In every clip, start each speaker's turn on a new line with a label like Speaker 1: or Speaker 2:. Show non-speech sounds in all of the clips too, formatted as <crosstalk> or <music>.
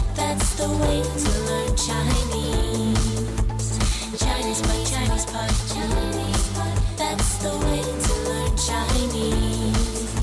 Speaker 1: a way to learn Chinese. Chinese pot, Chinese pot, Chinese pot. That's the way to learn Chinese.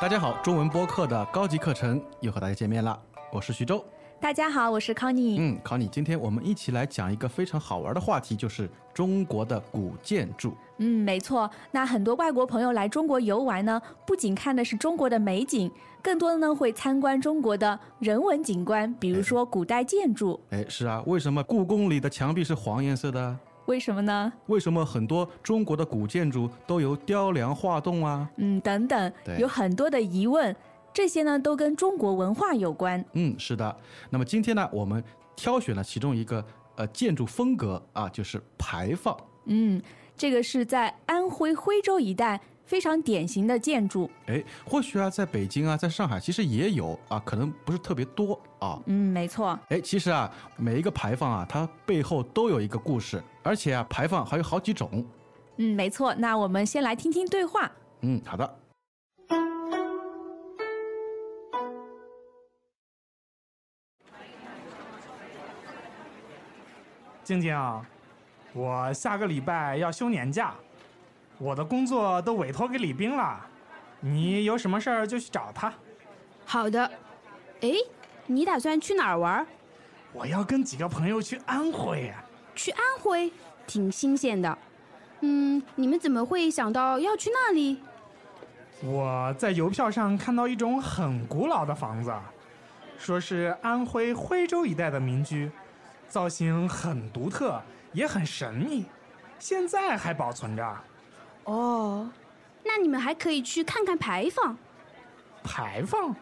Speaker 2: 大家好，中文播客的高级课程又和大家见面了，我是徐州。
Speaker 3: 大家好，我是康妮。
Speaker 2: 嗯，考你，今天我们一起来讲一个非常好玩的话题，就是中国的古建筑。
Speaker 3: 嗯，没错。那很多外国朋友来中国游玩呢，不仅看的是中国的美景，更多的呢会参观中国的人文景观，比如说古代建筑。
Speaker 2: 哎，是啊，为什么故宫里的墙壁是黄颜色的？
Speaker 3: 为什么呢？
Speaker 2: 为什么很多中国的古建筑都由雕梁画栋啊？
Speaker 3: 嗯，等等
Speaker 2: 对，
Speaker 3: 有很多的疑问，这些呢都跟中国文化有关。
Speaker 2: 嗯，是的。那么今天呢，我们挑选了其中一个呃建筑风格啊，就是牌坊。
Speaker 3: 嗯，这个是在安徽徽州一带非常典型的建筑。
Speaker 2: 哎，或许啊，在北京啊，在上海其实也有啊，可能不是特别多啊。
Speaker 3: 嗯，没错。
Speaker 2: 哎，其实啊，每一个牌坊啊，它背后都有一个故事，而且啊，牌坊还有好几种。
Speaker 3: 嗯，没错。那我们先来听听对话。
Speaker 2: 嗯，好的。
Speaker 4: 晶晶，啊我下个礼拜要休年假，我的工作都委托给李冰了，你有什么事儿就去找他。
Speaker 5: 好的。哎，你打算去哪儿玩儿？
Speaker 4: 我要跟几个朋友去安徽啊，
Speaker 5: 去安徽，挺新鲜的。嗯，你们怎么会想到要去那里？
Speaker 4: 我在邮票上看到一种很古老的房子，啊说是安徽徽州一带的民居，造型很独特，也很神秘，现在还保存着。
Speaker 5: 哦，那你们还可以去看看牌坊。
Speaker 4: 牌坊，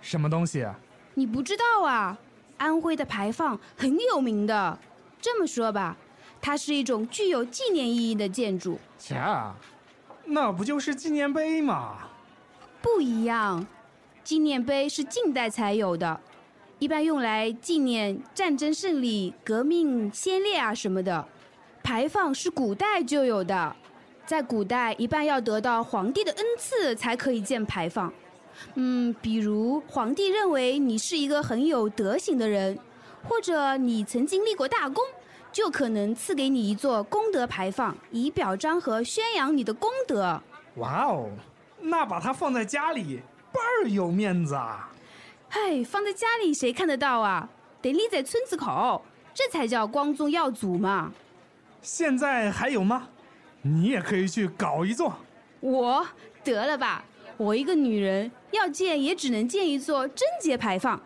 Speaker 4: 什么东西啊？
Speaker 5: 你不知道啊，安徽的牌坊很有名的。这么说吧，它是一种具有纪念意义的建筑，
Speaker 4: 切，啊那不就是纪念碑吗？
Speaker 5: 不一样。纪念碑是近代才有的，一般用来纪念战争胜利、革命先烈啊什么的。牌坊是古代就有的，在古代一般要得到皇帝的恩赐才可以建牌坊。嗯，比如皇帝认为你是一个很有德行的人，或者你曾经立过大功，就可能赐给你一座功德牌坊，以表彰和宣扬你的功德。
Speaker 4: 哇哦，那把它放在家里倍儿有面子啊！
Speaker 5: 嗨，放在家里谁看得到啊？得立在村子口，这才叫光宗耀祖嘛。
Speaker 4: 现在还有吗？你也可以去搞一座。
Speaker 5: 我得了吧，我一个女人要建也只能建一座贞节牌坊，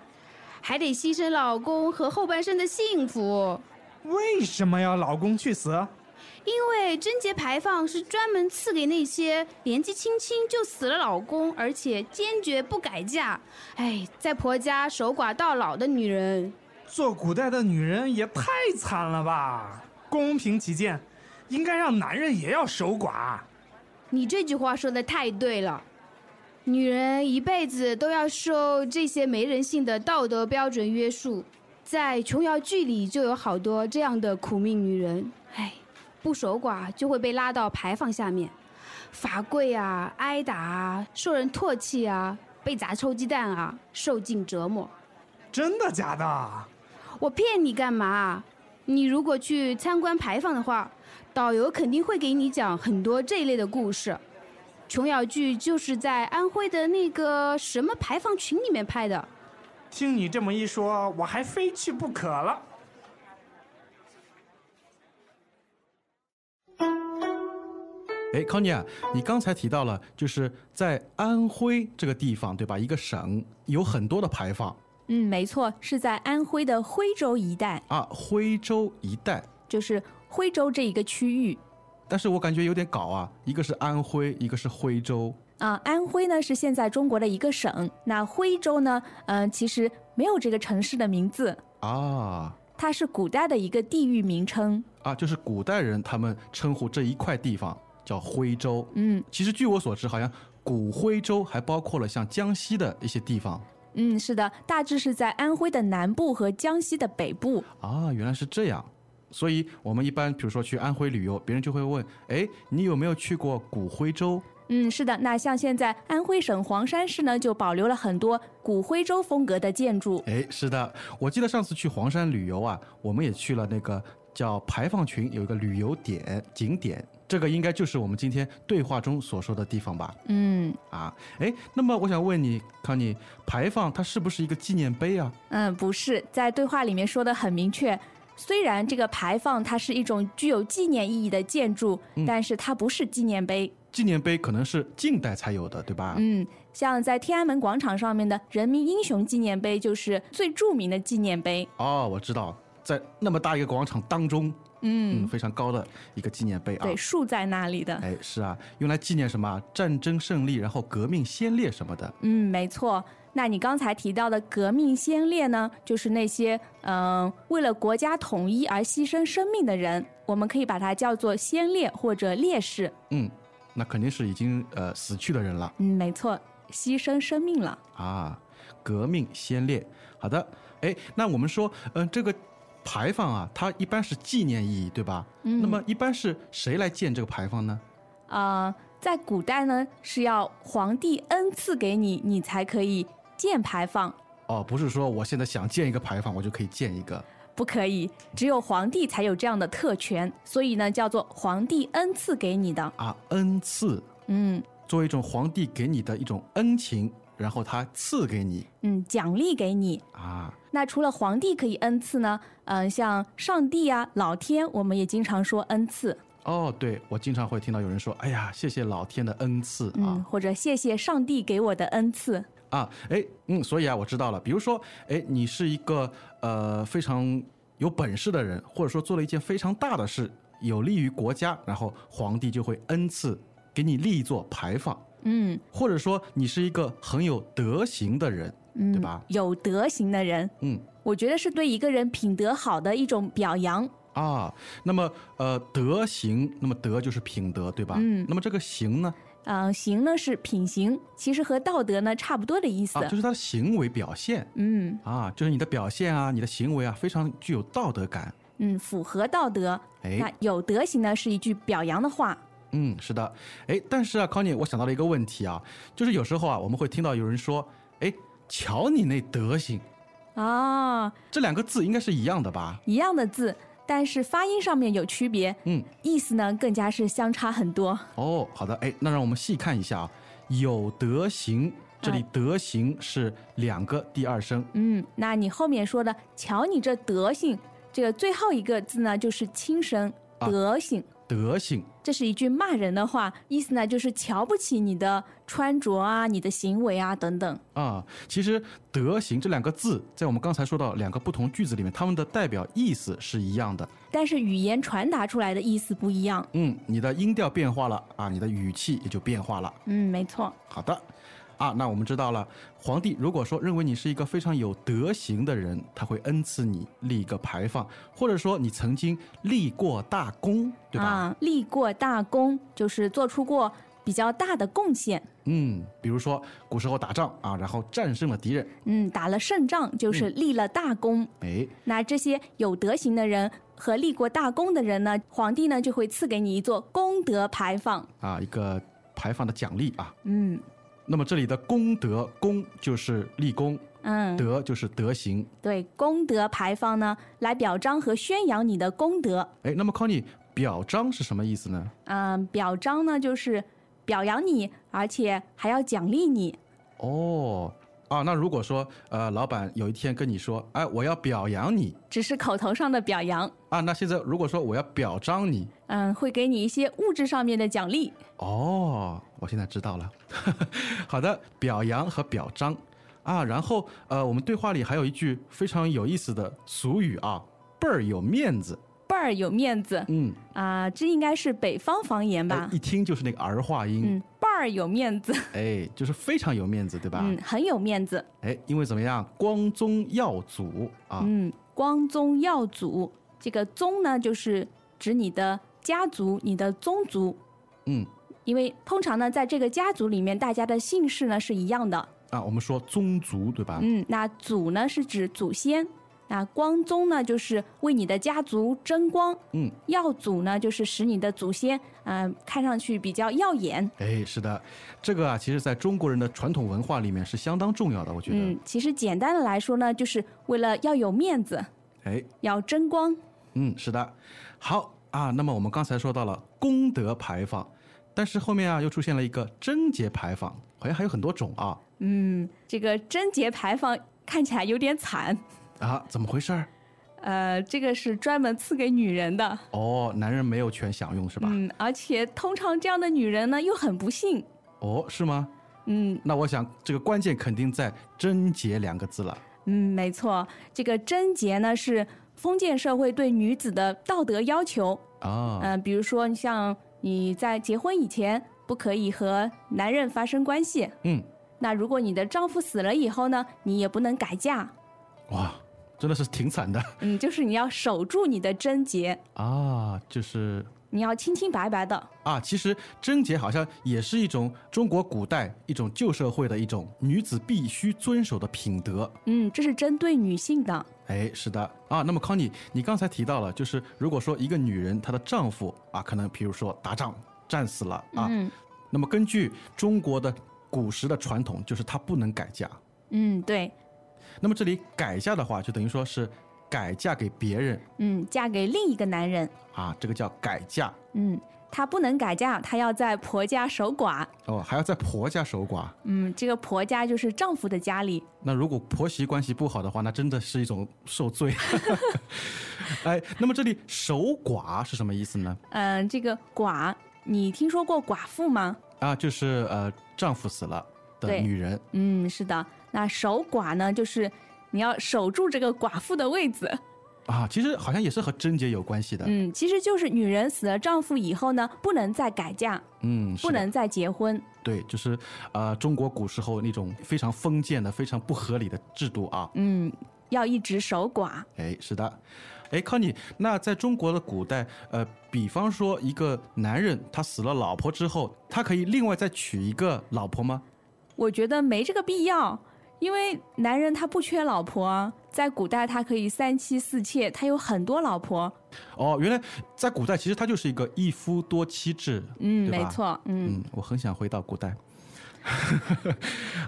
Speaker 5: 还得牺牲老公和后半生的幸福。
Speaker 4: 为什么要老公去死？啊
Speaker 5: 因为贞节牌坊是专门赐给那些年纪轻轻就死了老公，而且坚决不改嫁，哎，在婆家守寡到老的女人。
Speaker 4: 做古代的女人也太惨了吧！公平起见，应该让男人也要守寡。
Speaker 5: 你这句话说的太对了，女人一辈子都要受这些没人性的道德标准约束，在琼瑶剧里就有好多这样的苦命女人，唉，不守寡就会被拉到牌坊下面，罚跪啊，挨打啊，受人唾弃啊，被砸臭鸡蛋啊，受尽折磨。
Speaker 4: 真的假的？
Speaker 5: 我骗你干嘛？你如果去参观牌坊的话，导游肯定会给你讲很多这类的故事。琼瑶剧就是在安徽的那个什么牌坊群里面拍的。
Speaker 4: 听你这么一说，我还非去不可了。
Speaker 2: 哎，康妮啊，你刚才提到了，就是在安徽这个地方，对吧？一个省有很多的牌坊
Speaker 3: 嗯，没错，是在安徽的徽州一带，
Speaker 2: 啊，徽州一带。
Speaker 3: 就是徽州这一个区域。
Speaker 2: 但是我感觉有点搞啊，一个是安徽，一个是徽州。
Speaker 3: 啊，安徽呢是现在中国的一个省，那徽州呢，嗯、其实没有这个城市的名字，
Speaker 2: 啊
Speaker 3: 它是古代的一个地域名称。
Speaker 2: 啊，就是古代人他们称呼这一块地方叫徽州。
Speaker 3: 嗯
Speaker 2: 其实据我所知，好像古徽州还包括了像江西的一些地方
Speaker 3: 嗯，是的，大致是在安徽的南部和江西的北部。
Speaker 2: 啊，原来是这样。所以我们一般比如说去安徽旅游，别人就会问：哎，你有没有去过古徽州？
Speaker 3: 嗯，是的。那像现在安徽省黄山市呢，就保留了很多古徽州风格的建筑。
Speaker 2: 哎，是的，我记得上次去黄山旅游啊，我们也去了那个叫排放群有一个旅游点景点，这个应该就是我们今天对话中所说的地方吧？
Speaker 3: 嗯
Speaker 2: 啊，哎，那么我想问你，康妮，排放它是不是一个纪念碑啊？
Speaker 3: 嗯，不是，在对话里面说的很明确。虽然这个牌坊它是一种具有纪念意义的建筑，
Speaker 2: 嗯
Speaker 3: 但是它不是纪念碑。
Speaker 2: 纪念碑可能是近代才有的，对吧？
Speaker 3: 嗯，像在天安门广场上面的人民英雄纪念碑就是最著名的纪念碑。
Speaker 2: 哦，我知道，在那么大一个广场当中，嗯，非常高的一个纪念碑啊。
Speaker 3: 对，竖在那里的。
Speaker 2: 哎，是啊，用来纪念什么啊战争胜利，然后革命先烈什么的。
Speaker 3: 嗯，没错。那你刚才提到的革命先烈呢，就是那些嗯、呃为了国家统一而牺牲生命的人，我们可以把它叫做先烈或者烈士。
Speaker 2: 嗯，那肯定是已经呃死去的人了
Speaker 3: 嗯，没错，牺牲生命了。
Speaker 2: 啊，革命先烈。好的，哎，那我们说，嗯、这个牌坊啊，它一般是纪念意义，对吧？嗯。那么一般是谁来建这个牌坊呢？
Speaker 3: 呃，在古代呢，是要皇帝恩赐给你，你才可以建牌坊，
Speaker 2: 哦，不是说我现在想建一个牌坊，我就可以建一个。
Speaker 3: 不可以，只有皇帝才有这样的特权，所以呢，叫做皇帝恩赐给你的。
Speaker 2: 啊，恩赐
Speaker 3: 嗯
Speaker 2: 作为一种皇帝给你的一种恩情，然后他赐给你
Speaker 3: 嗯，奖励给你。
Speaker 2: 啊，
Speaker 3: 那除了皇帝可以恩赐呢，嗯、像上帝啊、老天，我们也经常说恩赐，
Speaker 2: 哦，对，我经常会听到有人说：“哎呀，谢谢老天的恩赐
Speaker 3: 嗯，
Speaker 2: 啊、
Speaker 3: 或者谢谢上帝给我的恩赐，
Speaker 2: 啊！”哎，嗯，所以啊，我知道了。比如说，哎，你是一个呃非常有本事的人，或者说做了一件非常大的事，有利于国家，然后皇帝就会恩赐给你立一座牌坊。
Speaker 3: 嗯
Speaker 2: 或者说你是一个很有德行的人，
Speaker 3: 嗯，
Speaker 2: 对吧？
Speaker 3: 有德行的人，
Speaker 2: 嗯
Speaker 3: 我觉得是对一个人品德好的一种表扬。
Speaker 2: 啊，那么呃德行，那么德就是品德，对吧？
Speaker 3: 嗯
Speaker 2: 那么这个行呢，
Speaker 3: 嗯、行呢是品行，其实和道德呢差不多的意思。
Speaker 2: 啊，就是他的行为表现。
Speaker 3: 嗯
Speaker 2: 啊，就是你的表现啊，你的行为啊，非常具有道德感。
Speaker 3: 嗯，符合道德。那
Speaker 2: 哎，
Speaker 3: 有德行呢是一句表扬的话。
Speaker 2: 嗯，是的，哎，但是啊，康妮，我想到了一个问题啊，就是有时候啊，我们会听到有人说，哎，瞧你那德行，
Speaker 3: 哦，
Speaker 2: 这两个字应该是一样的吧？
Speaker 3: 一样的字，但是发音上面有区别，
Speaker 2: 嗯，
Speaker 3: 意思呢更加是相差很多。
Speaker 2: 哦，好的，哎，那让我们细看一下啊，有德行，这里德行是两个第二声，
Speaker 3: 嗯，那你后面说的“瞧你这德行”，这个最后一个字呢就是轻声“
Speaker 2: 啊
Speaker 3: 德行”
Speaker 2: 德行
Speaker 3: 这是一句骂人的话，意思呢就是瞧不起你的穿着啊、你的行为啊等等。
Speaker 2: 啊。其实德行这两个字，在我们刚才说到两个不同句子里面，它们的代表意思是一样的。
Speaker 3: 但是语言传达出来的意思不一样。
Speaker 2: 嗯，你的音调变化了啊，你的语气也就变化了。
Speaker 3: 嗯，没错。
Speaker 2: 好的，啊，那我们知道了。皇帝如果说认为你是一个非常有德行的人，他会恩赐你立一个牌坊，或者说你曾经立过大功，对吧？
Speaker 3: 啊，立过大功就是做出过比较大的贡献。
Speaker 2: 嗯，比如说古时候打仗啊，然后战胜了敌人，
Speaker 3: 嗯，打了胜仗
Speaker 2: 嗯
Speaker 3: 就是立了大功。
Speaker 2: 哎，
Speaker 3: 那这些有德行的人和立过大功的人呢，皇帝呢就会赐给你一座功德牌坊。
Speaker 2: 啊，一个牌坊的奖励啊。
Speaker 3: 嗯
Speaker 2: 那么这里的功德，功就是立功，
Speaker 3: 嗯，
Speaker 2: 德就是德行。
Speaker 3: 对，功德牌坊呢来表彰和宣扬你的功德。
Speaker 2: 哎，那么 Conny 表彰是什么意思呢？
Speaker 3: 嗯，表彰呢就是表扬你，而且还要奖励你。
Speaker 2: 哦，啊，那如果说呃，老板有一天跟你说，哎，我要表扬你
Speaker 3: 只是口头上的表扬，
Speaker 2: 啊，那现在如果说我要表彰你，
Speaker 3: 嗯，会给你一些物质上面的奖励。
Speaker 2: 哦，我现在知道了。 <laughs> 好的，表扬和表彰啊，然后呃，我们对话里还有一句非常有意思的俗语啊，倍儿有面子。
Speaker 3: 倍儿有面子
Speaker 2: 嗯，
Speaker 3: 啊、这应该是北方方言
Speaker 2: 哎
Speaker 3: 嗯吧？
Speaker 2: 一听就是那个儿化音，
Speaker 3: 嗯，倍儿有面子，
Speaker 2: 哎，就是非常有面子，对吧？
Speaker 3: 嗯，很有面子，
Speaker 2: 哎，因为怎么样，光宗耀祖啊，
Speaker 3: 嗯，光宗耀祖，这个宗呢就是指你的家族、你的宗族，
Speaker 2: 嗯
Speaker 3: 因为通常呢在这个家族里面，大家的姓
Speaker 2: 啊
Speaker 3: 氏呢是一样的，嗯
Speaker 2: 啊，我们说宗族，对吧？
Speaker 3: 嗯，那祖呢是指祖先，那光宗呢，就是为你的家族争光；
Speaker 2: 嗯，
Speaker 3: 耀祖呢，就是使你的祖先嗯、呃看上去比较耀眼。
Speaker 2: 哎，是的，这个啊，其实在中国人的传统文化里面是相当重要的，我觉得
Speaker 3: 嗯。，其实简单的来说呢，就是为了要有面子，
Speaker 2: 哎，
Speaker 3: 要争光。
Speaker 2: 嗯，是的。好啊，那么我们刚才说到了功德牌坊，但是后面啊又出现了一个贞节牌坊，好像还有很多种啊
Speaker 3: 嗯，这个贞节牌坊看起来有点惨，
Speaker 2: 啊，怎么回事儿？
Speaker 3: 呃，这个是专门赐给女人的。
Speaker 2: 哦，男人没有权享用是吧？
Speaker 3: 嗯，而且通常这样的女人呢又很不幸。
Speaker 2: 哦，是吗？
Speaker 3: 嗯
Speaker 2: 那我想这个关键肯定在“贞洁”两个字了。
Speaker 3: 嗯，没错，这个贞洁呢是封建社会对女子的道德要求。
Speaker 2: 啊，
Speaker 3: 嗯、比如说你像你在结婚以前不可以和男人发生关系。
Speaker 2: 嗯，
Speaker 3: 那如果你的丈夫死了以后呢，你也不能改嫁。
Speaker 2: 哇，真的是挺惨的
Speaker 3: 嗯，就是你要守住你的贞洁，
Speaker 2: 啊！就是
Speaker 3: 你要清清白白的。
Speaker 2: 啊，其实贞洁好像也是一种中国古代一种旧社会的一种女子必须遵守的品德。
Speaker 3: 嗯，这是针对女性的。
Speaker 2: 哎，是的啊。那么康妮，你刚才提到了，就是如果说一个女人她的丈夫啊，可能比如说打仗战死了啊，
Speaker 3: 嗯
Speaker 2: 那么根据中国的古时的传统，就是她不能改嫁。
Speaker 3: 嗯，对，
Speaker 2: 那么这里改嫁的话，就等于说是改嫁给别人
Speaker 3: 嗯，嫁给另一个男人。
Speaker 2: 啊，这个叫改嫁
Speaker 3: 嗯，她不能改嫁，她要在婆家守寡。
Speaker 2: 哦，还要在婆家守寡。
Speaker 3: 嗯，这个婆家就是丈夫的家里。
Speaker 2: 那如果婆媳关系不好的话，那真的是一种受罪。 <laughs> 哎，那么这里守寡是什么意思呢？
Speaker 3: 嗯、这个寡，你听说过寡妇吗？
Speaker 2: 啊，就是呃，丈夫死了的
Speaker 3: 对
Speaker 2: 女人
Speaker 3: 嗯，是的。那守寡呢，就是你要守住这个寡妇的位子。
Speaker 2: 啊，其实好像也是和贞洁有关系的。
Speaker 3: 嗯，其实就是女人死了丈夫以后呢，不能再改嫁，
Speaker 2: 嗯，是
Speaker 3: 不
Speaker 2: 的
Speaker 3: 能再结婚。
Speaker 2: 对，就是呃，中国古时候那种非常封建的、非常不合理的制度啊。
Speaker 3: 嗯，要一直守寡。
Speaker 2: 哎，是的。哎，康妮，那在中国的古代，呃，比方说一个男人他死了老婆之后，他可以另外再娶一个老婆吗？
Speaker 3: 我觉得没这个必要，因为男人他不缺老婆啊，在古代他可以三妻四妾，他有很多老婆。
Speaker 2: 哦，原来在古代其实它就是一个一夫多妻制。
Speaker 3: 嗯，
Speaker 2: 对
Speaker 3: 没
Speaker 2: 吧
Speaker 3: 错，嗯
Speaker 2: 嗯，我很想回到古代。 <laughs>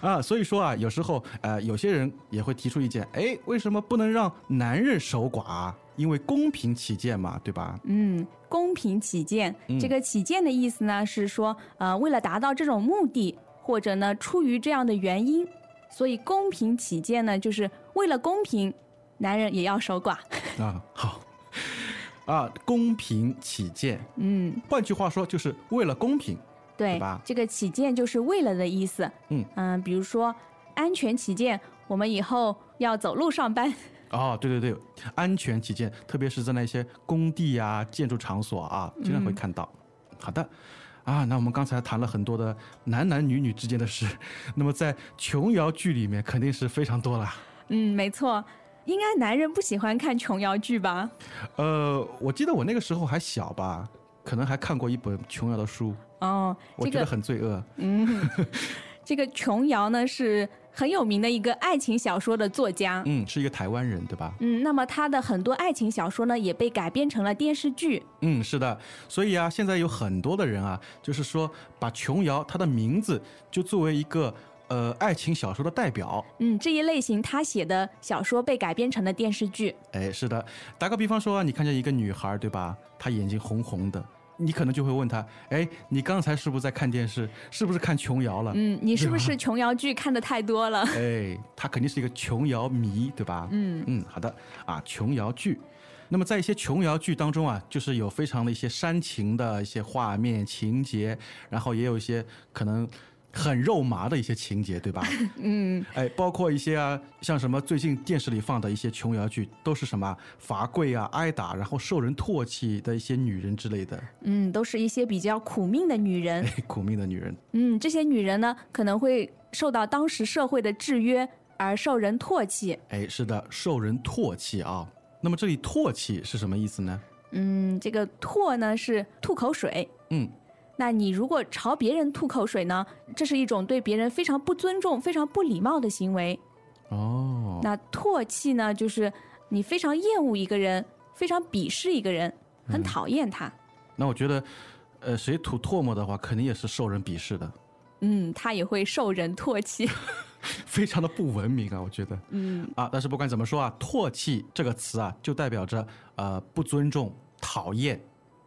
Speaker 2: 啊，所以说啊，有时候呃，有些人也会提出意见，哎，为什么不能让男人守寡啊？因为公平起见嘛，对吧？
Speaker 3: 嗯，公平起见，
Speaker 2: 嗯
Speaker 3: 这个起见的意思呢是说，呃，为了达到这种目的，或者呢出于这样的原因，所以公平起见呢，就是为了公平，男人也要守寡。
Speaker 2: 啊，好， <laughs> 啊，公平起见，
Speaker 3: 嗯，
Speaker 2: 换句话说，就是为了公平。
Speaker 3: 对，
Speaker 2: 对吧
Speaker 3: 这个起见就是为了的意思。
Speaker 2: 嗯
Speaker 3: 比如说安全起见，我们以后要走路上班。
Speaker 2: 哦，对对对，安全起见，特别是在那些工地啊、建筑场所啊，经
Speaker 3: 嗯
Speaker 2: 常会看到。好的，啊，那我们刚才谈了很多的男男女女之间的事，那么在琼瑶剧里面肯定是非常多了。
Speaker 3: 嗯，没错，应该男人不喜欢看琼瑶剧吧？
Speaker 2: 呃，我记得我那个时候还小吧，可能还看过一本琼瑶的书，
Speaker 3: 哦，
Speaker 2: 我
Speaker 3: 这
Speaker 2: 觉得
Speaker 3: 个嗯
Speaker 2: 很罪恶。
Speaker 3: 这个琼瑶呢是很有名的一个爱情小说的作家。
Speaker 2: 嗯，是一个台湾人，对吧？
Speaker 3: 嗯，那么他的很多爱情小说呢，也被改编成了电视剧。
Speaker 2: 嗯，是的，所以啊，现在有很多的人啊，就是说把琼瑶她的名字就作为一个呃爱情小说的代表。
Speaker 3: 嗯，这一类型他写的小说被改编成了电视剧。
Speaker 2: 哎，是的，打个比方说啊，你看见一个女孩，对吧？她眼睛红红的，你可能就会问她，哎，你刚才是不是在看电视？是不是看琼瑶了？
Speaker 3: 嗯，你是不是琼瑶剧看的太多了？
Speaker 2: 哎，她肯定是一个琼瑶迷，对吧？嗯嗯，好的啊，琼瑶剧。那么在一些琼瑶剧当中啊，就是有非常的一些煽情的一些画面情节，然后也有一些可能很肉麻的一些情节，对吧？ <laughs> 嗯，哎，包括一些啊，像什么最近电视里放的一些琼瑶剧，都是什么啊罚跪啊、挨打，然后受人唾弃的一些女人之类的， <laughs>
Speaker 3: 嗯，都是一些比较苦命的女人。
Speaker 2: 哎，苦命的女人。
Speaker 3: 嗯，这些女人呢，可能会受到当时社会的制约而受人唾弃。
Speaker 2: 哎，是的，受人唾弃啊。那么这里唾弃是什么意思呢？
Speaker 3: 嗯，这个唾呢是吐口水。
Speaker 2: 嗯，
Speaker 3: 那你如果朝别人吐口水呢，这是一种对别人非常不尊重、非常不礼貌的行为。
Speaker 2: 哦，
Speaker 3: 那唾弃呢，就是你非常厌恶一个人，非常鄙视一个人，很讨厌他。
Speaker 2: 那我觉得，呃，谁吐唾沫的话，肯定也是受人鄙视的， <laughs>
Speaker 3: 嗯，他也会受人唾弃。
Speaker 2: 非常的不文明啊，我觉得。嗯。啊，但是不管怎么说啊，唾弃这个词啊，就代表着呃不尊重、讨厌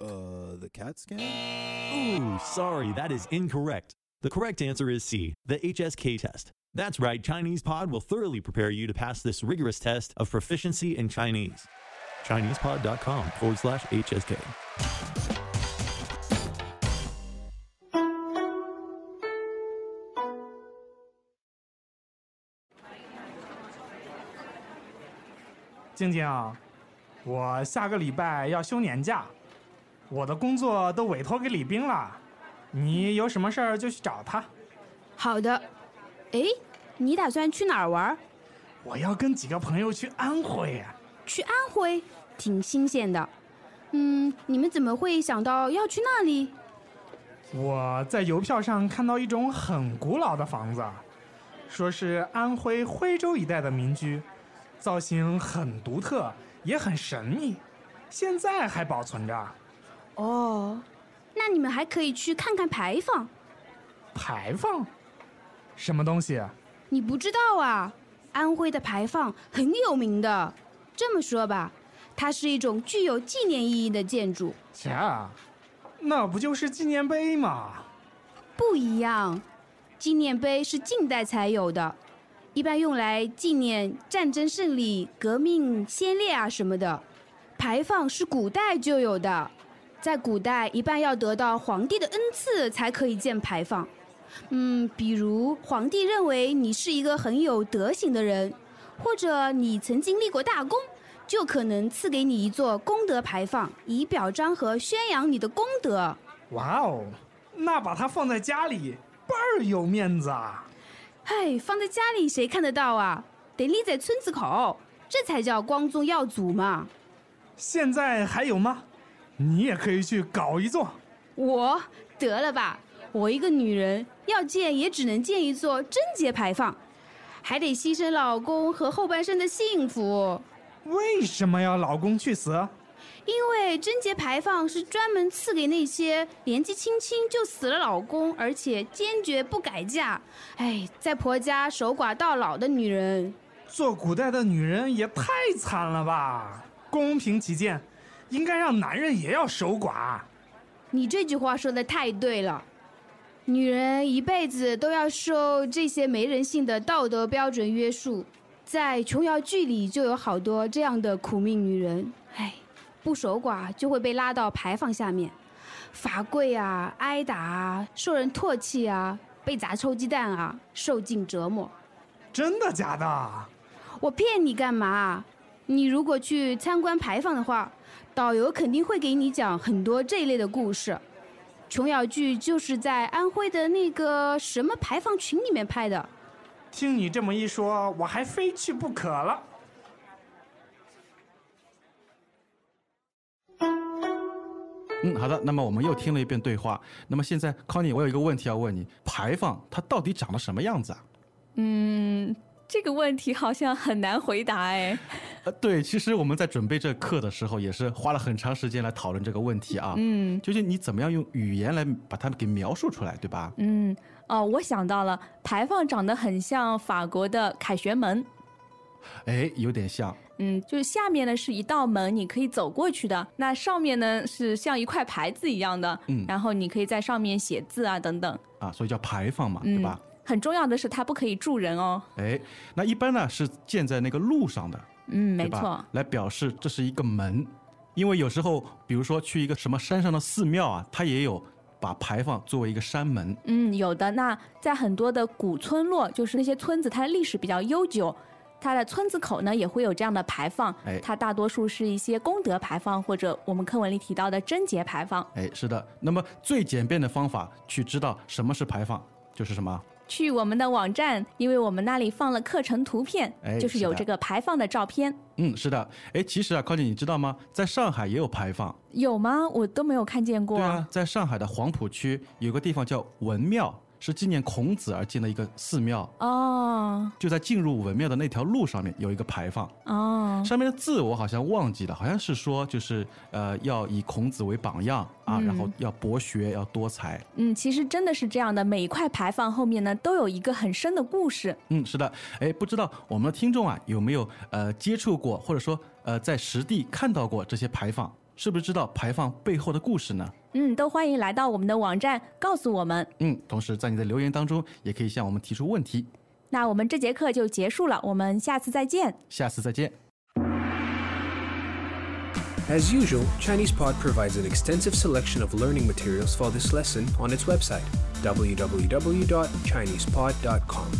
Speaker 6: Uh, the CAT scan?
Speaker 7: Ooh, sorry, that is incorrect. The correct answer is C, the HSK test. That's right, Chinese Pod will thoroughly prepare you to pass this rigorous test of proficiency in Chinese. ChinesePod.com forward slash HSK.
Speaker 4: 静静啊，我下个礼拜要休年假，我的工作都委托给李斌了，你有什么事儿就去找他。
Speaker 5: 好的。哎，你打算去哪儿玩儿？
Speaker 4: 我要跟几个朋友去安徽啊呀、
Speaker 5: 去安徽，挺新鲜的。嗯，你们怎么会想到要去那里？
Speaker 4: 我在邮票上看到一种很古老的房子，啊说是安徽徽州一带的民居，造型很独特，也很神秘，现在还保存着。
Speaker 5: 哦，那你们还可以去看看牌坊。
Speaker 4: 牌坊，什么东西？啊
Speaker 5: 你不知道啊，安徽的牌坊很有名的。这么说吧，它是一种具有纪念意义的建筑，
Speaker 4: 切，啊那不就是纪念碑吗？
Speaker 5: 不一样。纪念碑是近代才有的，一般用来纪念战争胜利、革命先烈啊什么的。牌坊是古代就有的，在古代一般要得到皇帝的恩赐才可以建牌坊。嗯，比如皇帝认为你是一个很有德行的人，或者你曾经立过大功，就可能赐给你一座功德牌坊，以表彰和宣扬你的功德。
Speaker 4: 哇哦，那把它放在家里倍儿有面子啊！
Speaker 5: 唉，放在家里谁看得到啊？得立在村子口，这才叫光宗耀祖嘛。
Speaker 4: 现在还有吗？你也可以去搞一座。
Speaker 5: 我得了吧，我一个女人要建也只能建一座贞节牌坊，还得牺牲老公和后半生的幸福。
Speaker 4: 为什么要老公去死？
Speaker 5: 因为贞节牌坊是专门赐给那些年纪轻轻就死了老公，而且坚决不改嫁，哎，在婆家守寡到老的女人。
Speaker 4: 做古代的女人也太惨了吧！公平起见，应该让男人也要守寡。
Speaker 5: 你这句话说的太对了，女人一辈子都要受这些没人性的道德标准约束，在琼瑶剧里就有好多这样的苦命女人，唉，不守寡就会被拉到牌坊下面，罚跪啊，挨打啊，受人唾弃啊，被砸臭鸡蛋啊，受尽折磨。
Speaker 4: 真的假的？
Speaker 5: 我骗你干嘛？你如果去参观牌坊的话，导游肯定会给你讲很多这一类的故事。琼瑶剧就是在安徽的那个什么牌坊群里面拍的。
Speaker 4: 听你这么一说，我还非去不可了。
Speaker 2: 嗯，好的。那么我们又听了一遍对话。那么现在，Connie，我有一个问题要问你：牌坊它到底长得什么样子啊？
Speaker 3: 这个问题好像很难回答哎。
Speaker 2: 呃，对，其实我们在准备这课的时候，也是花了很长时间来讨论这个问题啊。嗯，究竟你怎么样用语言来把它给描述出来，对吧？嗯，
Speaker 3: 嗯，哦，我想到了，牌坊长得很像法国的凯旋门。
Speaker 2: 哎，有点像。
Speaker 3: 嗯，就是下面呢是一道门，你可以走过去的。那上面呢是像一块牌子一样的，
Speaker 2: 嗯
Speaker 3: 然后你可以在上面写字啊等等。
Speaker 2: 啊，所以叫牌坊嘛，
Speaker 3: 嗯
Speaker 2: 对吧？
Speaker 3: 很重要的是，它不可以住人哦。
Speaker 2: 哎，那一般呢是建在那个路上的，
Speaker 3: 嗯，
Speaker 2: 对
Speaker 3: 没
Speaker 2: 吧
Speaker 3: 错。
Speaker 2: 来表示这是一个门，因为有时候，比如说去一个什么山上的寺庙啊，它也有把牌坊作为一个山门。
Speaker 3: 嗯，有的。那在很多的古村落，就是那些村子，它的历史比较悠久，它的村子口呢也会有这样的排放
Speaker 2: 哎，
Speaker 3: 它大多数是一些功德排放或者我们课文里提到的贞节排放。
Speaker 2: 哎，是的。那么最简便的方法去知道什么是排放，就是什么？
Speaker 3: 去我们的网站，因为我们那里放了课程图片，
Speaker 2: 哎
Speaker 3: 就是有
Speaker 2: 是的
Speaker 3: 这个排放的照片。
Speaker 2: 嗯，是的。哎，其实啊，靠近你知道吗？在上海也有排放。
Speaker 3: 有吗？我都没有看见过。
Speaker 2: 对啊，在上海的黄浦区有个地方叫文庙，是纪念孔子而建的一个寺庙。
Speaker 3: 哦
Speaker 2: 就在进入文庙的那条路上面有一个排放，
Speaker 3: 哦，
Speaker 2: 上面的字我好像忘记了，好像是说就是呃要以孔子为榜样啊，然后要博学，要多才。
Speaker 3: 嗯，其实真的是这样的，每一块牌坊后面呢都有一个很深的故事。
Speaker 2: 嗯，是的，哎，不知道我们的听众啊有没有呃接触过，或者说呃在实地看到过这些牌坊，是不是知道牌坊背后的故事呢？
Speaker 3: 嗯，都欢迎来到我们的网站告诉我们。
Speaker 2: 嗯，同时在你的留言当中也可以向我们提出问题。
Speaker 3: 那我们这节课就结束了，我们下次再见。
Speaker 2: 下次再见。
Speaker 8: As usual, ChinesePod provides an extensive selection of learning materials for this lesson on its website, www.chinesepod.com.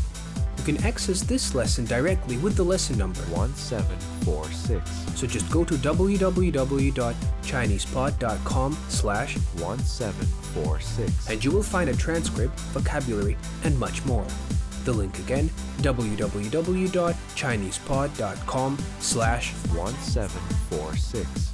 Speaker 8: You can access this lesson directly with the lesson number,
Speaker 9: 1746
Speaker 8: so just go to www.chinesepod.com slash
Speaker 9: 1746
Speaker 8: and you will find a transcript, vocabulary, and much more. The link again, www.chinesepod.com slash
Speaker 9: 1746